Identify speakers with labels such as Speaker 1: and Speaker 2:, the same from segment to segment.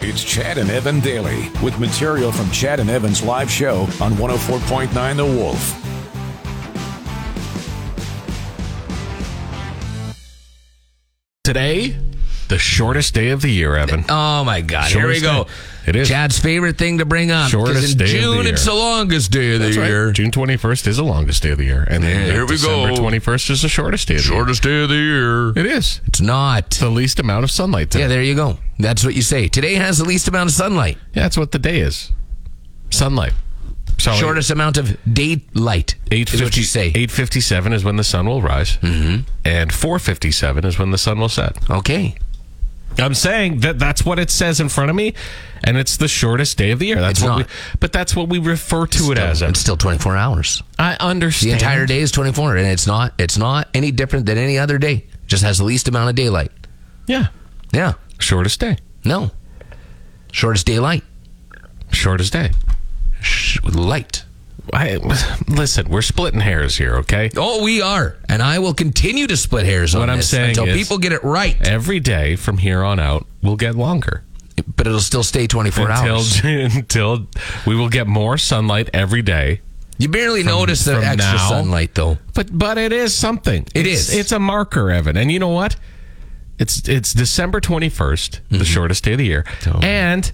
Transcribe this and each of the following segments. Speaker 1: It's Chad and Evan Daily with material from Chad and Evan's live show on 104.9 The Wolf.
Speaker 2: Today,
Speaker 3: The shortest day of the year, Evan.
Speaker 2: oh my God, here we
Speaker 3: Shortest
Speaker 2: go.
Speaker 3: day. It is.
Speaker 2: Chad's favorite thing to bring up. 'cause
Speaker 3: Shortest
Speaker 2: in
Speaker 3: day of the
Speaker 2: June,
Speaker 3: year.
Speaker 2: it's the longest day of the
Speaker 3: That's right.
Speaker 2: year.
Speaker 3: June 21st is the longest day of the year. And then
Speaker 2: Yeah, here we go.
Speaker 3: December 21st is the shortest day of the
Speaker 2: Shortest day of the year.
Speaker 3: year. It is.
Speaker 2: It's not.
Speaker 3: It's the least amount of sunlight.
Speaker 2: Yeah,
Speaker 3: Today.
Speaker 2: there you go. That's what you say. Today has the least amount of sunlight,
Speaker 3: Yeah, that's what the day is. Sunlight. So
Speaker 2: shortest amount of daylight.
Speaker 3: Eight
Speaker 2: is what you say.
Speaker 3: Eight fifty-seven is when the sun will rise, mm-hmm. and four fifty-seven is when the sun will set.
Speaker 2: Okay.
Speaker 3: I'm saying that that's what it says in front of me, and it's the shortest day of the year. That's
Speaker 2: It's
Speaker 3: what
Speaker 2: not.
Speaker 3: We, but that's what we refer to it as.
Speaker 2: Still- it's still 24 hours.
Speaker 3: I understand
Speaker 2: The entire day is 24, and it's not. It's not any different than any other day. Just has the least amount of daylight.
Speaker 3: Yeah,
Speaker 2: Yeah.
Speaker 3: shortest day,
Speaker 2: No. Shortest daylight.
Speaker 3: shortest day.
Speaker 2: Sh- light.
Speaker 3: I, listen, we're splitting hairs here, okay?
Speaker 2: Oh, we are, and I will continue to split hairs on
Speaker 3: What I'm
Speaker 2: this
Speaker 3: saying
Speaker 2: until
Speaker 3: is-
Speaker 2: people get it right.
Speaker 3: Every day from here on out will get longer
Speaker 2: But it'll still stay 24
Speaker 3: until
Speaker 2: hours.
Speaker 3: until we will get more sunlight every day.
Speaker 2: You barely notice the
Speaker 3: from
Speaker 2: extra
Speaker 3: now-
Speaker 2: sunlight, though.
Speaker 3: But but it is something.
Speaker 2: It
Speaker 3: it's,
Speaker 2: is.
Speaker 3: It's a marker, Evan. And you know what? It's it's December twenty
Speaker 2: Mm-hmm.
Speaker 3: the shortest day of the year, and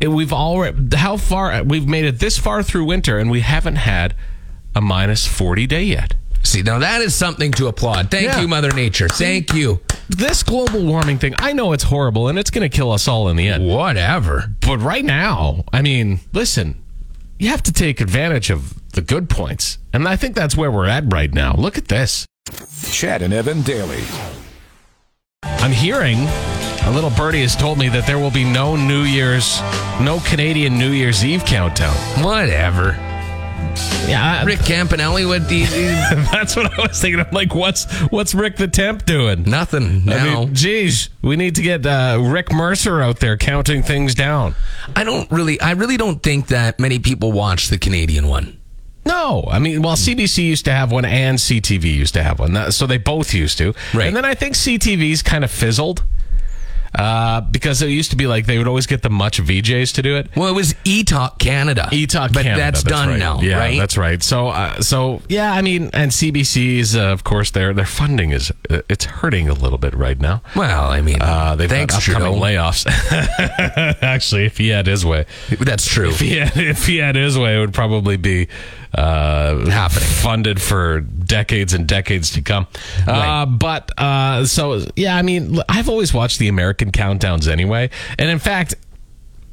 Speaker 3: it- we've already how far we've made it this far through winter, and we haven't had a minus forty day yet.
Speaker 2: See, now that is something to applaud. Thank
Speaker 3: Yeah.
Speaker 2: you, Mother Nature. Thank you.
Speaker 3: This global warming thing, I know it's horrible, and it's going to kill us all in the end.
Speaker 2: Whatever.
Speaker 3: But right now, I mean, listen, you have to take advantage of the good points. And I think that's where we're at right now. Look at this.
Speaker 1: Chad and Evan Daily.
Speaker 3: I'm hearing a little birdie has told me that there will be no New Year's, no Canadian New Year's Eve countdown.
Speaker 2: Whatever.
Speaker 3: Yeah,
Speaker 2: Rick Campanelli would he, he-
Speaker 3: that's what I was thinking. I'm like, what's what's Rick the Temp doing?
Speaker 2: nothing
Speaker 3: I
Speaker 2: now. I,
Speaker 3: mean, geez, we need to get uh, Rick Mercer out there counting things down.
Speaker 2: don't really. I really don't think that many people watch the Canadian one.
Speaker 3: No, I mean, well, CBC used to have one, and CTV used to have one, That- so they both used to.
Speaker 2: Right.
Speaker 3: And then I think CTV's kind of fizzled uh, because it used to be like they would always get the much VJs to do it.
Speaker 2: Well, it was E Talk Canada.
Speaker 3: E-Talk
Speaker 2: but
Speaker 3: Canada,
Speaker 2: that's, done
Speaker 3: right.
Speaker 2: now,
Speaker 3: yeah,
Speaker 2: right?
Speaker 3: that's right. So, uh, so yeah, I mean, and CBC's, uh, of course, their their funding is uh, it's hurting a little bit right now.
Speaker 2: well, I mean,
Speaker 3: Uh, they've
Speaker 2: thanks,
Speaker 3: got upcoming
Speaker 2: Trudeau.
Speaker 3: layoffs. Actually, if he had his way,
Speaker 2: That's true.
Speaker 3: if he had, if he had his way, it would probably be uh,
Speaker 2: Happening.
Speaker 3: funded for decades and decades to come.
Speaker 2: Right.
Speaker 3: Uh, but uh, so yeah, I mean, l- I've always watched the American countdowns anyway, and in fact,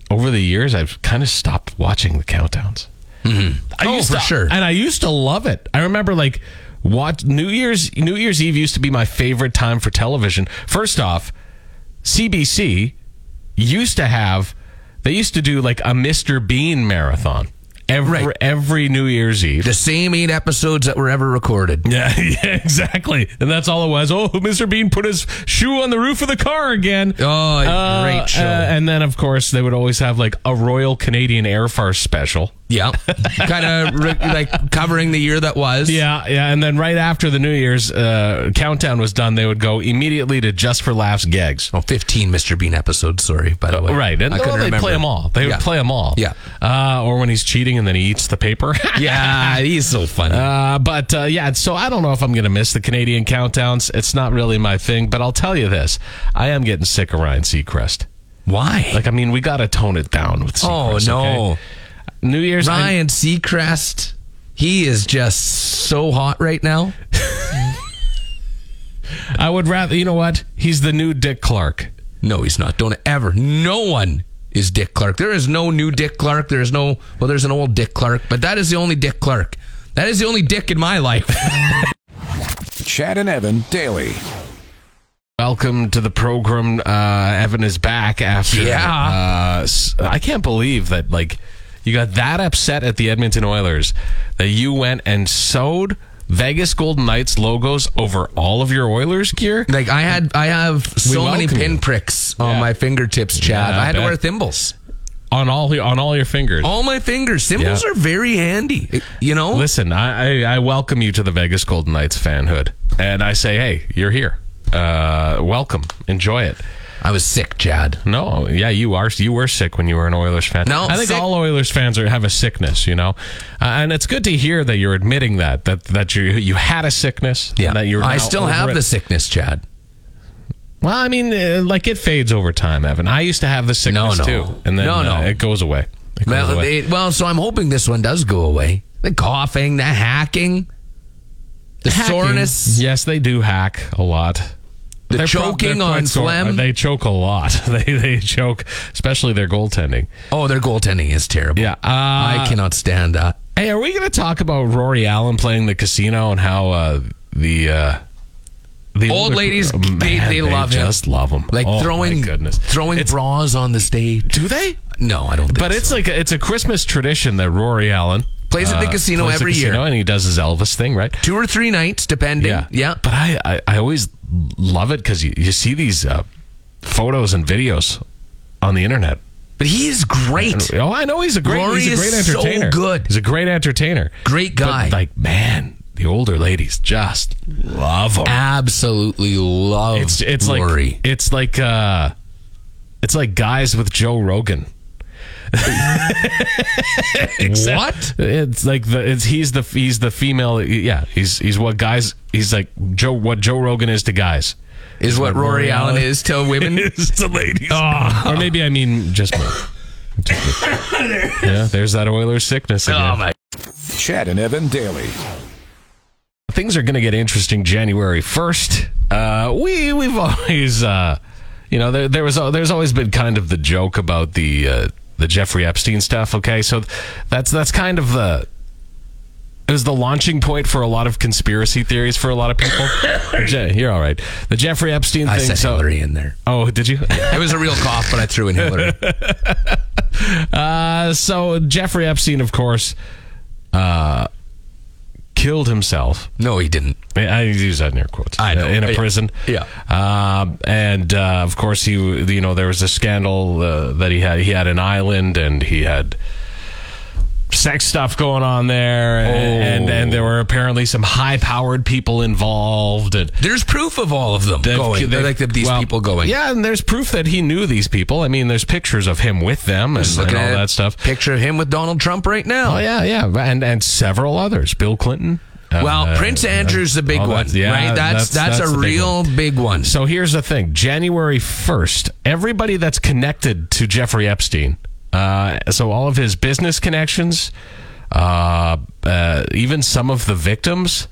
Speaker 3: over the years, I've kind of stopped watching the countdowns. I
Speaker 2: Oh,
Speaker 3: used
Speaker 2: for
Speaker 3: to,
Speaker 2: sure.
Speaker 3: And I used to love it. I remember like watch New Year's New Year's Eve used to be my favorite time for television. First off, CBC used to have they used to do like a Mr. Bean marathon every
Speaker 2: Right.
Speaker 3: every New Year's Eve.
Speaker 2: The same eight episodes that were ever recorded.
Speaker 3: Yeah, yeah, exactly. And that's all it was. Oh, Mr. Bean put his shoe on the roof of the car again.
Speaker 2: Oh,
Speaker 3: Uh,
Speaker 2: great show.
Speaker 3: uh, and then, of course, they would always have like a Royal Canadian Air Force special.
Speaker 2: Yeah, kind of re- like covering the year that was.
Speaker 3: Yeah, yeah. And then right after the New Year's uh, countdown was done, they would go immediately to Just for Laughs gags.
Speaker 2: Oh, 15 Mr. Bean episodes. Sorry, by the way.
Speaker 3: Right, and
Speaker 2: I couldn't
Speaker 3: well, they
Speaker 2: remember.
Speaker 3: play them all. They
Speaker 2: Yeah.
Speaker 3: would play them all.
Speaker 2: Yeah.
Speaker 3: uh, or when he's cheating and then he eats the paper.
Speaker 2: Yeah, he's so funny.
Speaker 3: Uh, but uh, yeah, so I don't know if I'm going to miss the Canadian countdowns. It's not really my thing, but I'll tell you this: I am getting sick of Ryan Seacrest.
Speaker 2: Why?
Speaker 3: Like, I mean, we got to tone it down with.
Speaker 2: oh
Speaker 3: Seacrest,
Speaker 2: no,
Speaker 3: okay? New Year's I-
Speaker 2: Ryan Seacrest. He is just so hot right now.
Speaker 3: I would rather. You know what? He's the new Dick Clark.
Speaker 2: No, he's not. Don't ever. No one is Dick Clark. There is no new Dick Clark. There is no. Well, there's an old Dick Clark, but that is the only Dick Clark. That is the only Dick in my life.
Speaker 1: Chad and Evan Daily.
Speaker 3: Welcome to the program. Uh, Evan is back after.
Speaker 2: Yeah.
Speaker 3: Uh, s- I can't believe that, like, you got that upset at the Edmonton Oilers that you went and sewed Vegas Golden Knights logos over all of your Oilers gear.
Speaker 2: like I had, I have so many
Speaker 3: welcome you.
Speaker 2: pinpricks on
Speaker 3: Yeah.
Speaker 2: my fingertips, Chad.
Speaker 3: Yeah, I
Speaker 2: I had to
Speaker 3: bet.
Speaker 2: wear thimbles.
Speaker 3: on all your, on all your fingers.
Speaker 2: All my fingers. Thimbles
Speaker 3: Yeah.
Speaker 2: are very handy. You know.
Speaker 3: Listen, I, I I welcome you to the Vegas Golden Knights fanhood, and I say, hey, you're here. Uh, welcome, enjoy it.
Speaker 2: I was sick, Chad.
Speaker 3: No, yeah, you are. You were sick when you were an Oilers fan.
Speaker 2: No,
Speaker 3: I think
Speaker 2: sick-
Speaker 3: all Oilers fans are, have a sickness, you know, uh, and it's good to hear that you're admitting that that that you you had a sickness. and that you're.
Speaker 2: I
Speaker 3: now
Speaker 2: still
Speaker 3: over
Speaker 2: have
Speaker 3: it.
Speaker 2: the sickness, Chad.
Speaker 3: Well, I mean, uh, like it fades over time, Evan. I used to have the sickness
Speaker 2: no.
Speaker 3: too, and then
Speaker 2: No, no.
Speaker 3: uh, it goes away. It goes
Speaker 2: Well,
Speaker 3: away.
Speaker 2: it- well, so I'm hoping this one does go away. The coughing, the hacking, the soreness,
Speaker 3: Yes, they do hack a lot.
Speaker 2: the
Speaker 3: They're pro-
Speaker 2: choking
Speaker 3: they're
Speaker 2: on
Speaker 3: quite sore.
Speaker 2: phlegm.
Speaker 3: They choke a lot. They they choke, especially their goaltending.
Speaker 2: oh, their goaltending is terrible.
Speaker 3: Yeah, uh,
Speaker 2: I cannot stand that.
Speaker 3: Hey, are we going to talk about Rory Allen playing the casino and how uh, the uh, the
Speaker 2: Old
Speaker 3: older-
Speaker 2: ladies,
Speaker 3: oh, man,
Speaker 2: they, they love him.
Speaker 3: Just love him.
Speaker 2: Like
Speaker 3: Oh, my
Speaker 2: throwing,
Speaker 3: goodness,
Speaker 2: throwing bras on the stage.
Speaker 3: do they?
Speaker 2: No, I don't. Think
Speaker 3: But
Speaker 2: so.
Speaker 3: it's like a, it's a Christmas tradition that Rory Allen uh,
Speaker 2: Plays at the casino
Speaker 3: plays the
Speaker 2: every year.
Speaker 3: casino and he does his Elvis thing, right?
Speaker 2: two or three nights, depending.
Speaker 3: Yeah,
Speaker 2: yeah.
Speaker 3: But I I, I always love it because you, you see these uh, photos and videos on the internet.
Speaker 2: But he is great.
Speaker 3: Oh, I know he's a great
Speaker 2: Rory
Speaker 3: he's a great
Speaker 2: is so
Speaker 3: entertainer.
Speaker 2: good.
Speaker 3: He's a great entertainer.
Speaker 2: Great guy.
Speaker 3: But like man, the older ladies just love him.
Speaker 2: Absolutely love
Speaker 3: it's it's
Speaker 2: Rory.
Speaker 3: like it's like uh it's like guys with Joe Rogan.
Speaker 2: what?
Speaker 3: It's like the it's he's the he's the female yeah, he's he's what guys he's like Joe what Joe Rogan is to guys.
Speaker 2: Is what Rory, Allen, is to women.
Speaker 3: It's the ladies. Ah. Or maybe I mean just me. Just me. yeah, there's that Oilers sickness again.
Speaker 2: oh my
Speaker 1: Chad and Evan daily.
Speaker 3: things are going to get interesting January 1st. Uh, we we've always uh, you know there, there was al- there's always been kind of the joke about the uh, the Jeffrey Epstein stuff, okay? So th- that's that's kind of the it was the launching point for a lot of conspiracy theories for a lot of people. Je- you're all right. The Jeffrey Epstein
Speaker 2: I
Speaker 3: thing.
Speaker 2: said
Speaker 3: so,
Speaker 2: Hillary in there.
Speaker 3: Oh, did you?
Speaker 2: It was a real cough, but I threw in Hillary.
Speaker 3: Uh, so Jeffrey Epstein, of course, uh, killed himself.
Speaker 2: No, he didn't.
Speaker 3: I I use that in air quotes.
Speaker 2: I know.
Speaker 3: Uh, In a
Speaker 2: Yeah.
Speaker 3: prison.
Speaker 2: Yeah.
Speaker 3: Um, and uh, of course, he you know there was a scandal uh, that he had. He had an island, and he had sex stuff going on there,
Speaker 2: Oh.
Speaker 3: and and there were apparently some high powered people involved, and.
Speaker 2: There's proof of all of them
Speaker 3: they've-
Speaker 2: going. They're
Speaker 3: they've-
Speaker 2: like the, these
Speaker 3: well,
Speaker 2: people going.
Speaker 3: Yeah, and there's proof that he knew these people. I mean, there's pictures of him with them and,
Speaker 2: Just
Speaker 3: and
Speaker 2: looking
Speaker 3: all
Speaker 2: at a
Speaker 3: that stuff.
Speaker 2: Picture of him with Donald Trump right now.
Speaker 3: Oh yeah, yeah, and and several others. Bill Clinton.
Speaker 2: Well,
Speaker 3: Uh,
Speaker 2: Prince
Speaker 3: uh,
Speaker 2: Andrew's the big
Speaker 3: all that-
Speaker 2: one, right? That's
Speaker 3: that's
Speaker 2: that's, a
Speaker 3: the big
Speaker 2: real
Speaker 3: one.
Speaker 2: big one.
Speaker 3: So here's the thing: January first, everybody that's connected to Jeffrey Epstein, uh, so all of his business connections, uh, uh, even some of the victims,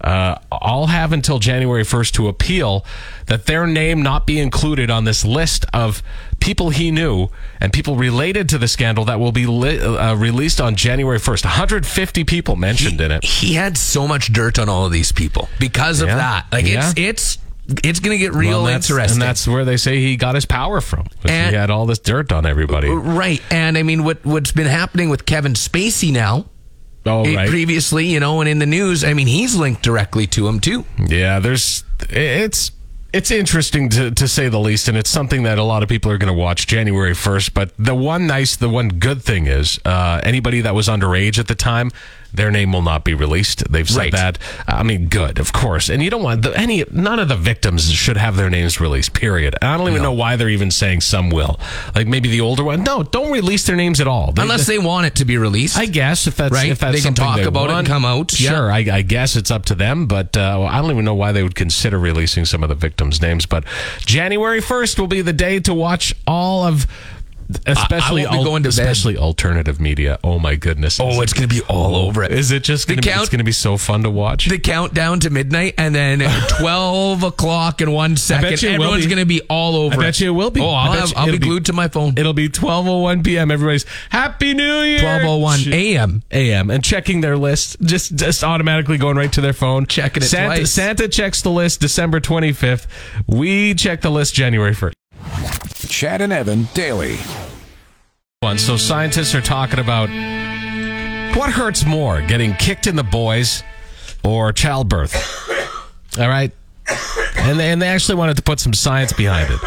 Speaker 3: uh, all have until January first to appeal that their name not be included on this list of people he knew and people related to the scandal that will be li- uh, released on January first. 150 people mentioned in it.
Speaker 2: He had so much dirt on all of these people because of
Speaker 3: Yeah.
Speaker 2: that. Like it's it's it's going to get real
Speaker 3: Well, that's-
Speaker 2: interesting.
Speaker 3: And that's where they say he got his power from. 'cause
Speaker 2: And-
Speaker 3: he had all this dirt on everybody.
Speaker 2: right. And I mean what what's been happening with Kevin Spacey now?
Speaker 3: Oh,
Speaker 2: it- previously, you know, and in the news, I mean, he's linked directly to him too.
Speaker 3: yeah, there's. It's. It's interesting to, to say the least, and it's something that a lot of people are going to watch January 1st. But the one nice, the one good thing is uh, anybody that was underage at the time, their name will not be released. They've said
Speaker 2: Right.
Speaker 3: that. I mean, good, of course. And you don't want the, any, none of the victims should have their names released, period. And I don't even know why they're even saying some will. Like maybe the older one. No, don't release their names at all. They-
Speaker 2: Unless they want it to be released.
Speaker 3: I guess if that's
Speaker 2: Right?
Speaker 3: if that's
Speaker 2: They can
Speaker 3: something
Speaker 2: talk
Speaker 3: they
Speaker 2: about it and
Speaker 3: want.
Speaker 2: come out, yeah.
Speaker 3: Sure, I, I guess it's up to them, but uh, I don't even know why they would consider releasing some of the victims' names. But January first will be the day to watch all of, especially
Speaker 2: won't be going to bed.
Speaker 3: especially alternative media. Oh my goodness!
Speaker 2: oh, it's going to be all over it.
Speaker 3: Is it just
Speaker 2: The
Speaker 3: gonna be,
Speaker 2: count-
Speaker 3: it's going to be so fun to watch?
Speaker 2: the countdown to midnight, and then at 12 o'clock in one second,
Speaker 3: you it will
Speaker 2: everyone's
Speaker 3: be.
Speaker 2: going to be all over
Speaker 3: I bet
Speaker 2: it.
Speaker 3: you it will be.
Speaker 2: Oh,
Speaker 3: I
Speaker 2: I'll,
Speaker 3: bet
Speaker 2: have,
Speaker 3: you
Speaker 2: I'll be
Speaker 3: it'll be-
Speaker 2: glued to my phone.
Speaker 3: It'll be twelve oh one p.m. Everybody's Happy New Year.
Speaker 2: 12.01 a.m.
Speaker 3: a.m. and checking their list, just just automatically going right to their phone,
Speaker 2: Checking it
Speaker 3: Santa,
Speaker 2: twice.
Speaker 3: Santa checks the list December 25th. We check the list January 1st.
Speaker 1: Chad and Evan daily.
Speaker 3: One. So scientists are talking about what hurts more, getting kicked in the boys or childbirth. All right, and they, and they actually wanted to put some science behind it.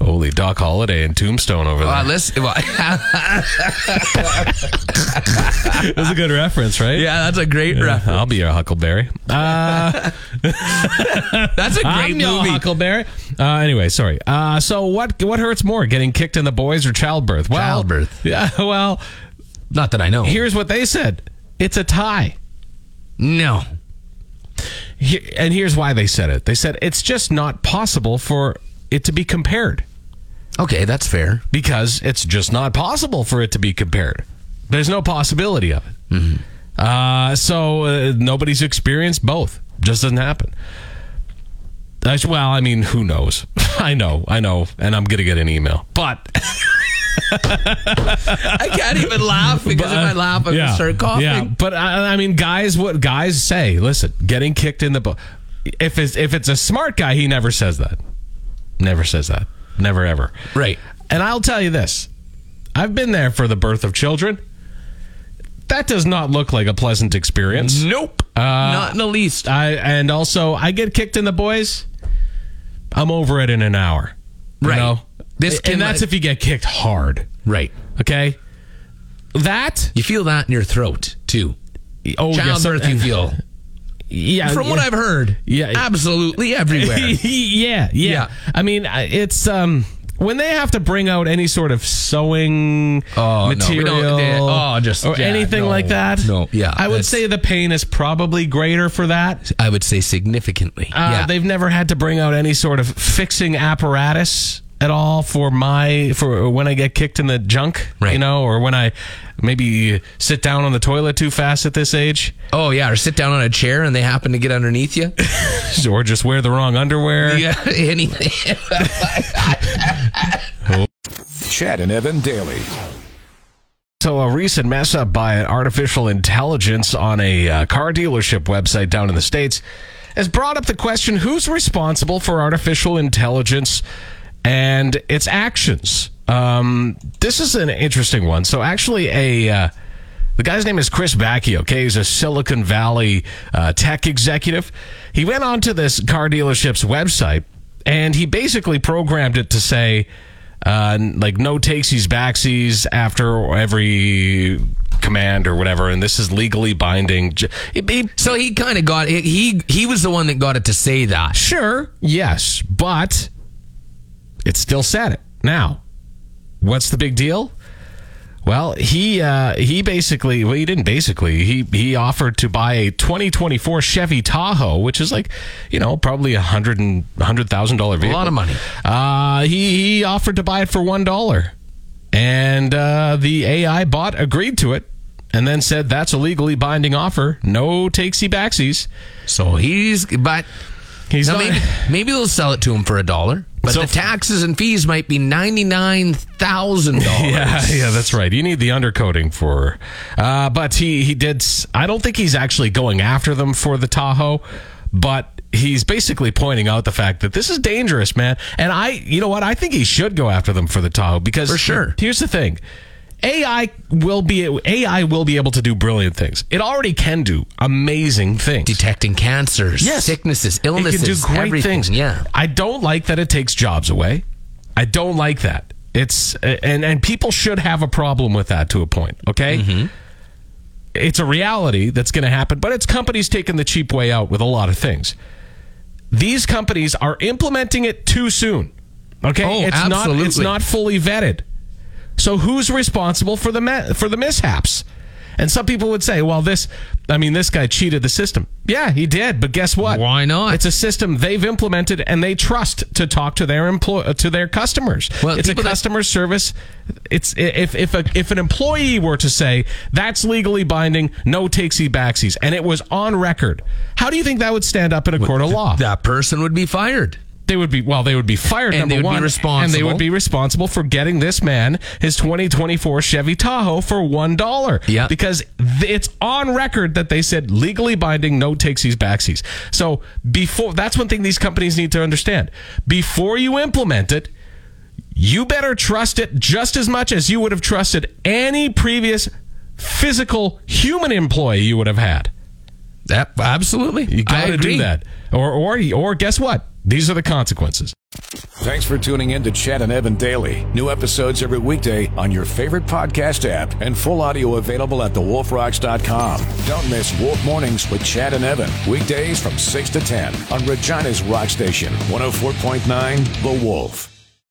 Speaker 3: Holy Doc Holiday and Tombstone over there.
Speaker 2: Uh, listen, well,
Speaker 3: That's a good reference, right?
Speaker 2: yeah, that's a great ref.
Speaker 3: I'll be your Huckleberry.
Speaker 2: That's a great
Speaker 3: I'm your
Speaker 2: movie.
Speaker 3: Huckleberry. Uh, anyway, sorry. Uh, so what what hurts more, getting kicked in the boys or childbirth? Well,
Speaker 2: Childbirth.
Speaker 3: Yeah. Well,
Speaker 2: Not that I know.
Speaker 3: here's what they said. It's a tie.
Speaker 2: no.
Speaker 3: Here, and here's why they said it. They said it's just not possible for it to be compared
Speaker 2: Okay, that's fair.
Speaker 3: because it's just not possible for it to be compared. There's no possibility of it. Uh, so uh, nobody's experienced both. Just doesn't happen. That's- well, I mean, who knows? I know, I know, and I'm gonna get an email. But
Speaker 2: I can't even laugh because if I laugh, I'm gonna start coughing.
Speaker 3: Uh, Yeah, but I, I mean, guys, what guys say? Listen, getting kicked in the butt. If it's if it's a smart guy, he never says that. Never says that. Never ever.
Speaker 2: Right.
Speaker 3: And I'll tell you this: I've been there for the birth of children. That does not look like a pleasant experience.
Speaker 2: Nope. Not in the least.
Speaker 3: I and also I get kicked in the boys. I'm over it in an hour. You
Speaker 2: Right.
Speaker 3: know?
Speaker 2: This can,
Speaker 3: and that's
Speaker 2: like-
Speaker 3: if you get kicked hard.
Speaker 2: Right.
Speaker 3: Okay. That
Speaker 2: You feel that in your throat too.
Speaker 3: oh yes,
Speaker 2: Childbirth, you feel.
Speaker 3: yeah.
Speaker 2: From what
Speaker 3: yeah.
Speaker 2: I've heard,
Speaker 3: Yeah.
Speaker 2: absolutely everywhere.
Speaker 3: yeah, yeah,
Speaker 2: Yeah.
Speaker 3: I mean, I- it's um when they have to bring out any sort of sewing
Speaker 2: Oh, no, we don't-
Speaker 3: material,
Speaker 2: yeah, oh, just-
Speaker 3: or
Speaker 2: yeah,
Speaker 3: anything
Speaker 2: no,
Speaker 3: like that.
Speaker 2: no, yeah,
Speaker 3: I would
Speaker 2: that's-
Speaker 3: say the pain is probably greater for that.
Speaker 2: I would say significantly.
Speaker 3: Uh,
Speaker 2: yeah.
Speaker 3: They've never had to bring out any sort of fixing apparatus at all for my for when I get kicked in the junk,
Speaker 2: Right.
Speaker 3: you know, or when I maybe sit down on the toilet too fast at this age,
Speaker 2: oh yeah, or sit down on a chair and they happen to get underneath you.
Speaker 3: or just wear the wrong underwear.
Speaker 2: yeah, anything.
Speaker 1: Chad and Evan daily.
Speaker 3: So, a recent mess up by an artificial intelligence on a uh, car dealership website down in the States has brought up the question who's responsible for artificial intelligence and its actions? Um, this is an interesting one. So, actually, a. Uh, the guy's name is Chris Bacchio. Okay, he's a Silicon Valley uh, tech executive. He went onto this car dealership's website and he basically programmed it to say, uh, n- like no takesies backsies after every command or whatever, and this is legally binding. J- It, it,
Speaker 2: so he kind of got it. He he was the one that got it to say that.
Speaker 3: sure, yes, but it still said it. Now, what's the big deal? Well, he uh, he basically well he didn't basically he he offered to buy a 2024 Chevy Tahoe, which is like you know probably a hundred and hundred thousand dollar
Speaker 2: A
Speaker 3: vehicle.
Speaker 2: lot of money.
Speaker 3: Uh, he he offered to buy it for one dollar, and uh, the AI bot agreed to it, and then said that's a legally binding offer, no takesy backsies.
Speaker 2: So he's but
Speaker 3: He's
Speaker 2: now
Speaker 3: not-
Speaker 2: maybe maybe they'll sell it to him for a dollar. But
Speaker 3: So-
Speaker 2: the taxes and fees might be ninety nine thousand dollars.
Speaker 3: Yeah, yeah, that's right. You need the undercoating for. Uh, but he he did. s- I don't think he's actually going after them for the Tahoe, but he's basically pointing out the fact that this is dangerous, man. And I, you know what? I think he should go after them for the Tahoe because
Speaker 2: For sure.
Speaker 3: Here's the thing. AI will be AI will be able to do brilliant things. It already can do amazing things.
Speaker 2: detecting cancers,
Speaker 3: Yes.
Speaker 2: sicknesses, illnesses,
Speaker 3: It can do great
Speaker 2: everything.
Speaker 3: things.
Speaker 2: Yeah.
Speaker 3: I don't like that it takes jobs away. I don't like that. It's and and people should have a problem with that to a point. Okay.
Speaker 2: Mm-hmm.
Speaker 3: It's a reality that's going to happen, but it's companies taking the cheap way out with a lot of things. These companies are implementing it too soon. Okay,
Speaker 2: Oh,
Speaker 3: it's not it's
Speaker 2: absolutely.
Speaker 3: not fully vetted. So who's responsible for the me- for the mishaps? And some people would say, "Well, this I mean, this guy cheated the system." Yeah, he did, but guess what?
Speaker 2: Why not?
Speaker 3: It's a system they've implemented and they trust to talk to their employ- to their customers.
Speaker 2: Well,
Speaker 3: it's a
Speaker 2: people that-
Speaker 3: customer service. It's if if a, if an employee were to say that's legally binding, no takesy backsies, and it was on record, how do you think that would stand up in a court of law?
Speaker 2: That person would be fired.
Speaker 3: they would be well, they would be fired.
Speaker 2: And
Speaker 3: number
Speaker 2: they would be
Speaker 3: one, and they
Speaker 2: responsible.
Speaker 3: would be responsible for getting this man his 2024 Chevy Tahoe for one dollar.
Speaker 2: Yeah.
Speaker 3: because th- it's on record that they said legally binding, no takesies backsies. So before that's one thing these companies need to understand. Before you implement it. You better trust it just as much as you would have trusted any previous physical human employee you would have had.
Speaker 2: That, absolutely.
Speaker 3: You
Speaker 2: I
Speaker 3: got to
Speaker 2: agree.
Speaker 3: do that. Or, or, or guess what? These are the consequences.
Speaker 1: Thanks for tuning in to Chad and Evan Daily. New episodes every weekday on your favorite podcast app and full audio available at thewolfrocks.com. Don't miss Wolf Mornings with Chad and Evan. oh Weekdays from 6 to 10 on Regina's Rock Station, 104.9 The Wolf.